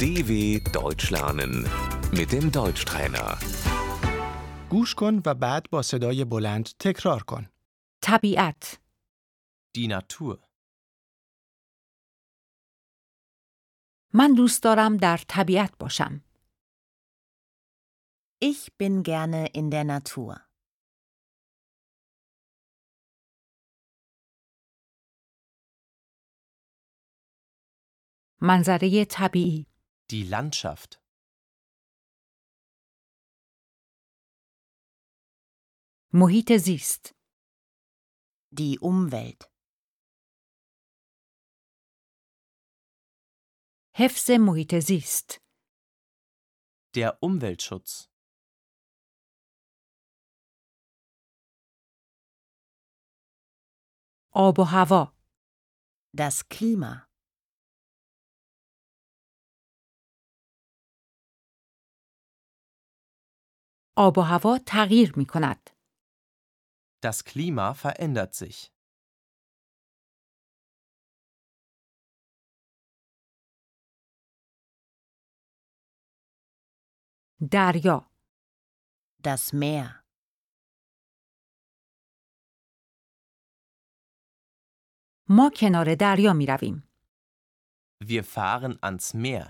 DW Deutsch lernen mit dem Deutschtrainer. گوش کن و بعد با صدای بلند تکرار کن. طبیعت Die Natur. من دوست دارم در طبیعت باشم. Ich bin gerne in der Natur. منظره طبیعی. Die Landschaft. محیط زیست. Die Umwelt. حفظ محیط زیست. Der Umweltschutz. آب و هوا. Das Klima. آب و هوا تغییر می کند. Das Klima verändert sich. دریا. Das Meer. ما کنار دریا می رویم. Wir fahren ans Meer.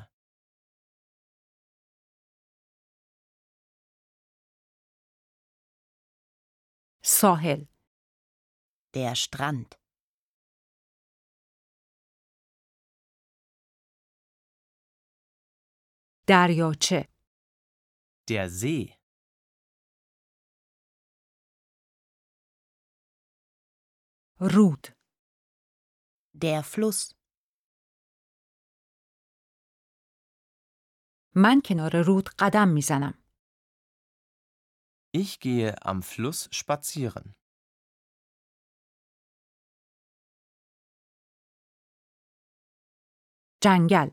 ساحل. Der Strand. دریاچه. Der See. رود. Der Fluss. من کنار رود قدم می زنم. Ich gehe am Fluss spazieren. جنگل.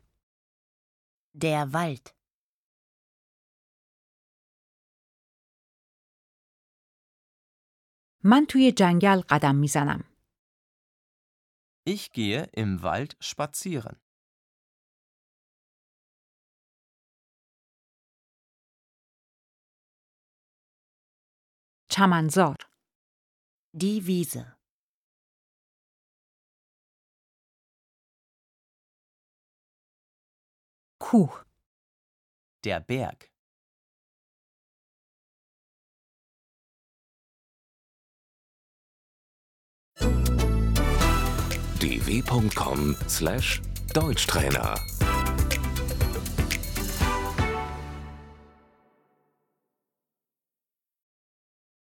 Der Wald. من توی جنگل قدم می زنم. Ich gehe im Wald spazieren. چمنزار. Die Wiese. کوه. Der Berg. dw.com/deutschtrainer